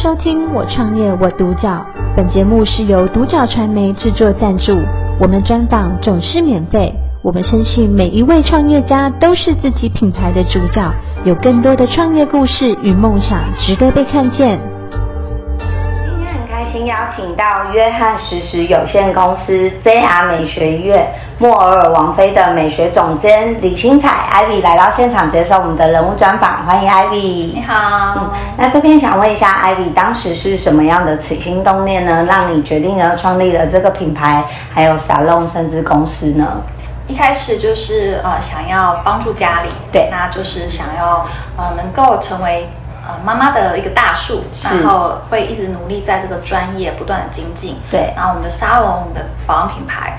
收听《我创业我独角》，本节目是由独角传媒制作赞助，我们专访总是免费。我们深信每一位创业家都是自己品牌的主角，有更多的创业故事与梦想值得被看见。今天很开心邀请到约翰实时有限公司 JR 美学院莫尔王妃的美学总监李新彩 Ivy 来到现场接受我们的人物专访，欢迎 Ivy。你好，嗯，那这边想问一下，Ivy 当时是什么样的起心动念呢，让你决定了创立了这个品牌，还有 salon 甚至公司呢？一开始就是呃想要帮助家里，对那就是想要呃能够成为呃妈妈的一个大树，是然后会一直努力在这个专业不断的精进，对然后我们的沙龙，我们的保养品牌，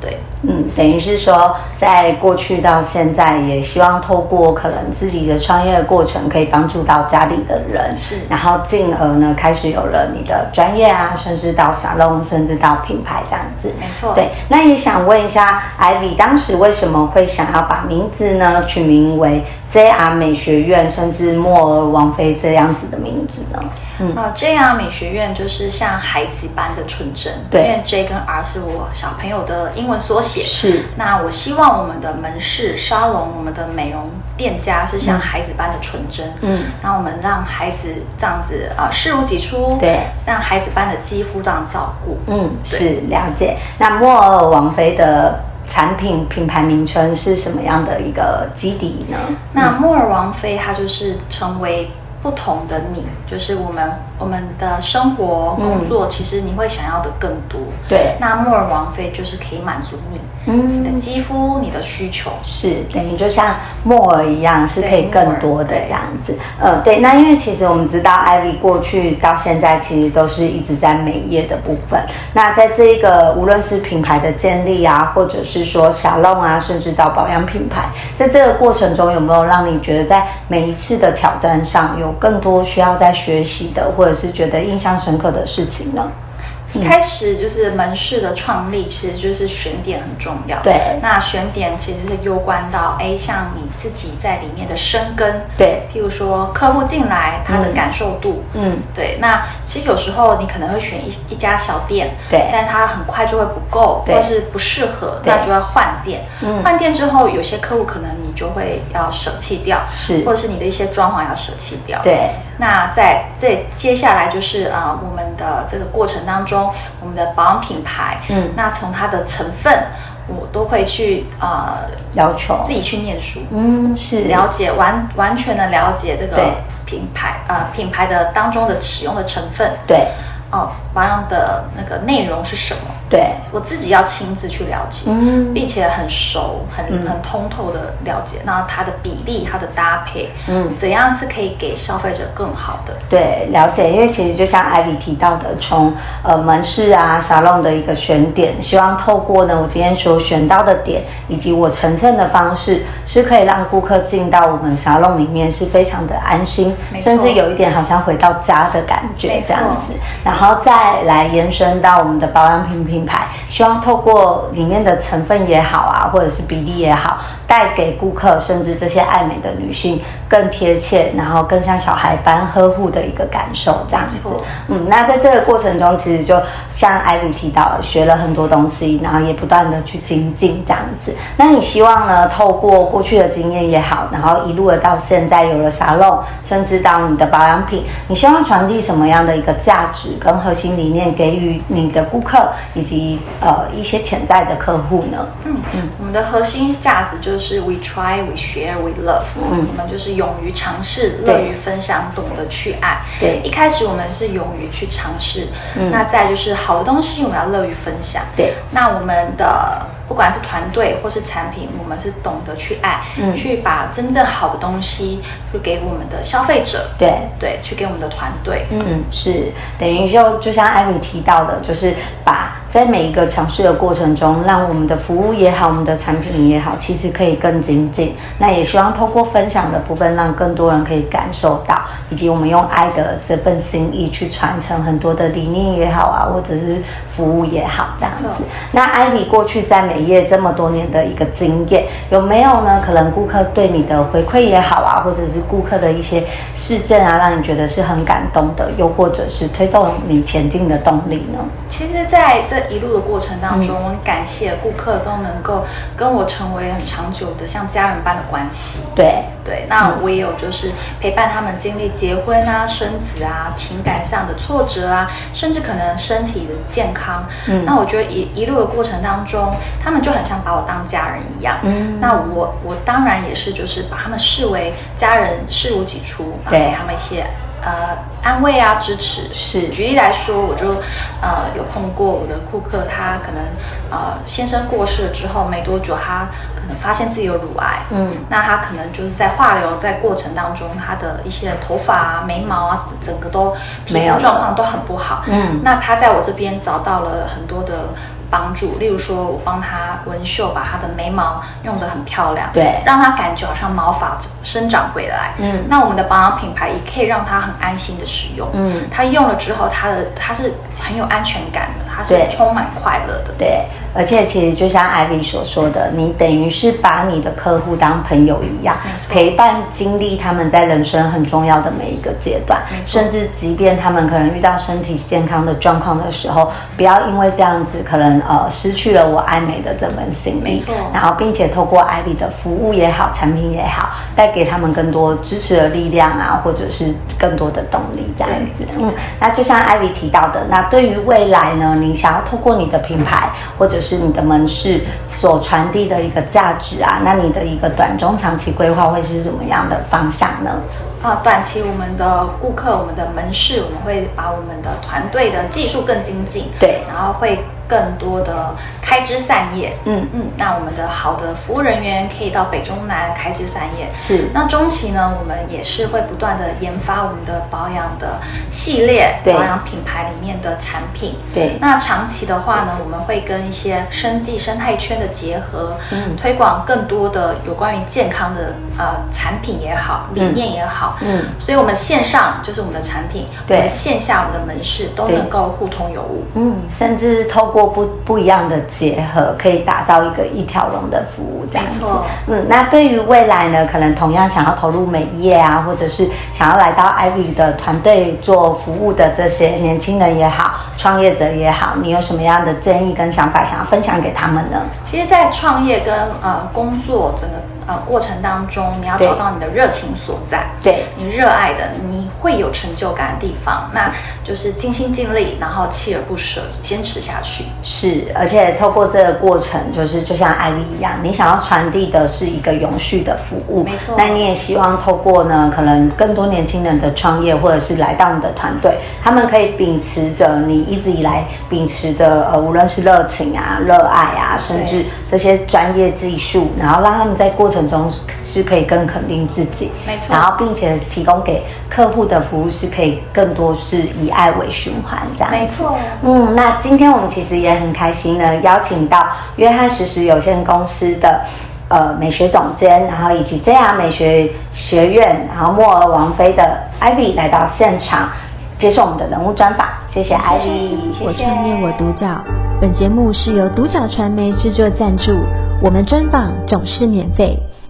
对，嗯，等于是说，在过去到现在，也希望透过可能自己的创业过程，可以帮助到家里的人，是然后进而呢，开始有了你的专业啊，甚至到沙龙，甚至到品牌这样子。没错对，那也想问一下，Ivy 当时为什么会想要把名字呢取名为 JR 美学院，甚至莫尔王妃这样子的名字呢？嗯，呃，JR 美学院就是像孩子般的纯真，对因为 J 跟 R 是我小朋友的英文缩写。是那我希望我们的门市沙龙，我们的美容店家是像孩子般的纯真，嗯然后我们让孩子这样子啊、呃视如己出，对让孩子般的肌肤这样照顾，嗯，对是了解。那莫尔王妃的产品品牌名称是什么样的一个基底呢？那莫尔王妃她就是成为不同的你，就是我们我们的生活嗯工作，其实你会想要的更多。对那莫尔王妃就是可以满足你，嗯你的肌肤、你的需求。是等于就像莫尔一样，是可以对更多的木耳这样子。呃，对，那因为其实我们知道，Ivy 过去到现在其实都是一直在美业的部分。那在这一个无论是品牌的建立啊，或者是说小弄啊，甚至到保养品牌，在这个过程中有没有让你觉得在每一次的挑战上有更多需要在学习的，或者是觉得印象深刻的事情呢？一开始就是门市的创立，其实就是选点很重要。对那选点其实是攸关到，哎，像你自己在里面的生根。对譬如说客户进来他的嗯感受度，嗯对。那其实有时候你可能会选一一家小店，对但它很快就会不够，对或是不适合，对那就要换店。嗯换店之后，有些客户可能你就会要舍弃掉，是或者是你的一些装潢要舍弃掉，对那在这接下来就是呃我们的这个过程当中，我们的保养品牌，嗯那从它的成分，我都会去呃要求自己去念书，嗯，是了解完完全的了解这个对品牌呃品牌的当中的使用的成分，对哦保养的那个内容是什么，对我自己要亲自去了解，嗯并且很熟、很、嗯很通透的了解，然后它的比例、它的搭配，嗯怎样是可以给消费者更好的。对，了解，因为其实就像艾比提到的，从呃门市啊、沙龙的一个选点，希望透过呢我今天所选到的点，以及我呈现的方式，是可以让顾客进到我们沙龙里面是非常的安心，没错甚至有一点好像回到家的感觉没错这样子。然后再来延伸到我们的保养品品牌，希望透过里面的成分也好啊，或者是比例也好，带给顾客甚至这些爱美的女性更贴切，然后更像小孩般呵护的一个感受这样子没错。嗯，那在这个过程中，其实就像艾米提到了，学了很多东西，然后也不断的去精进这样子。那你希望呢，透过过去的经验也好，然后一路的到现在有了沙龙，甚至到你的保养品，你希望传递什么样的一个价值跟核心理念给予你的顾客以及呃一些潜在的客户呢？嗯嗯，我们的核心价值就是 we try, we share, we love。嗯我们就是勇于尝试，对乐于分享，懂得去爱。对一开始我们是勇于去尝试，嗯那再就是好的东西我们要乐于分享。对那我们的不管是团队或是产品，我们是懂得去爱，嗯去把真正好的东西去给我们的消费者，对对，去给我们的团队，嗯，是等于就就像艾米提到的，就是把在每一个尝试的过程中，让我们的服务也好，我们的产品也好，其实可以更精进。那也希望通过分享的部分，让更多人可以感受到，以及我们用爱的这份心意去传承很多的理念也好啊，或者是服务也好，这样没子错。那艾米过去在美业这么多年的一个经验，有没有呢？可能顾客对你的回馈也好啊，或者是顾客的一些事件啊，让你觉得是很感动的，又或者是推动你前进的动力呢？其实，在这一路的过程当中，我很感谢顾客都能够跟我成为很长久的像家人般的关系。对，对，那我也有就是陪伴他们经历结婚啊、生子啊、情感上的挫折啊，甚至可能身体的健康。嗯那我觉得一一路的过程当中，他们就很像把我当家人一样。嗯那我我当然也是就是把他们视为家人，视如己出，然后对给他们一些呃安慰啊、支持。是举例来说，我就呃有碰过我的顾客，他可能呃先生过世了之后没多久，他可能发现自己有乳癌。嗯那他可能就是在化疗在过程当中，他的一些头发啊、眉毛啊，整个都皮没有肤了状况都很不好。嗯那他在我这边找到了很多的帮助，例如说我帮他纹绣，把他的眉毛用得很漂亮，对让他感觉好像毛发生长回来。嗯那我们的保养品牌也可以让他很安心的使用。嗯他用了之后，他的他是很有安全感的，他是对充满快乐的。对，而且其实就像艾薇所说的，你等于是把你的客户当朋友一样没，错陪伴经历他们在人生很重要的每一个阶段，没错甚至即便他们可能遇到身体健康的状况的时候，不要因为这样子可能呃失去了我爱美的这份心没意错，然后并且透过艾薇的服务也好，产品也好，带给他们更多支持的力量啊，或者是更多的动力这样对子。嗯，那就像艾薇提到的，那对于未来呢，你想要透过你的品牌或者是你的门市所传递的一个价值啊，那你的一个短中长期规划会是什么样的方向呢？啊，短期我们的顾客、我们的门市，我们会把我们的团队的技术更精进，对然后会更多的开枝散叶，嗯嗯，那我们的好的服务人员可以到北中南开枝散叶，是那中期呢，我们也是会不断的研发我们的保养的系列，对保养品牌里面的产品，对那长期的话呢，我们会跟一些生计生态圈的结合，嗯推广更多的有关于健康的呃产品也好，理嗯念也好，嗯所以我们线上就是我们的产品，对我们线下我们的门市都对能够互通有无。嗯，甚至透过不不一样的结合，可以打造一个一条龙的服务这样子没错。嗯，那对于未来呢，可能同样想要投入美业啊，或者是想要来到 Ivy 的团队做服务的这些年轻人也好，创业者也好，你有什么样的建议跟想法想要分享给他们呢？其实，在创业跟呃工作整个呃过程当中，你要对找到你的热情所在，对你热爱的，你会有成就感的地方，那就是尽心尽力，然后锲而不舍，坚持下去。是，而且透过这个过程，就是就像艾薇一样，你想要传递的是一个永续的服务，没错那你也希望透过呢，可能更多年轻人的创业，或者是来到你的团队，他们可以秉持着你一直以来秉持的呃，无论是热情啊、热爱啊，甚至这些专业技术，然后让他们在过程中是是可以更肯定自己，没错然后并且提供给客户的服务是可以更多是以爱为循环这样子。没错嗯，那今天我们其实也很开心呢，邀请到约翰实时有限公司的呃美学总监，然后以及 JR 美学学院，然后莫尔王妃的 Ivy 来到现场接受我们的人物专访，谢谢 Ivy，谢谢。我创业我独角。本节目是由独角传媒制作赞助，我们专访总是免费。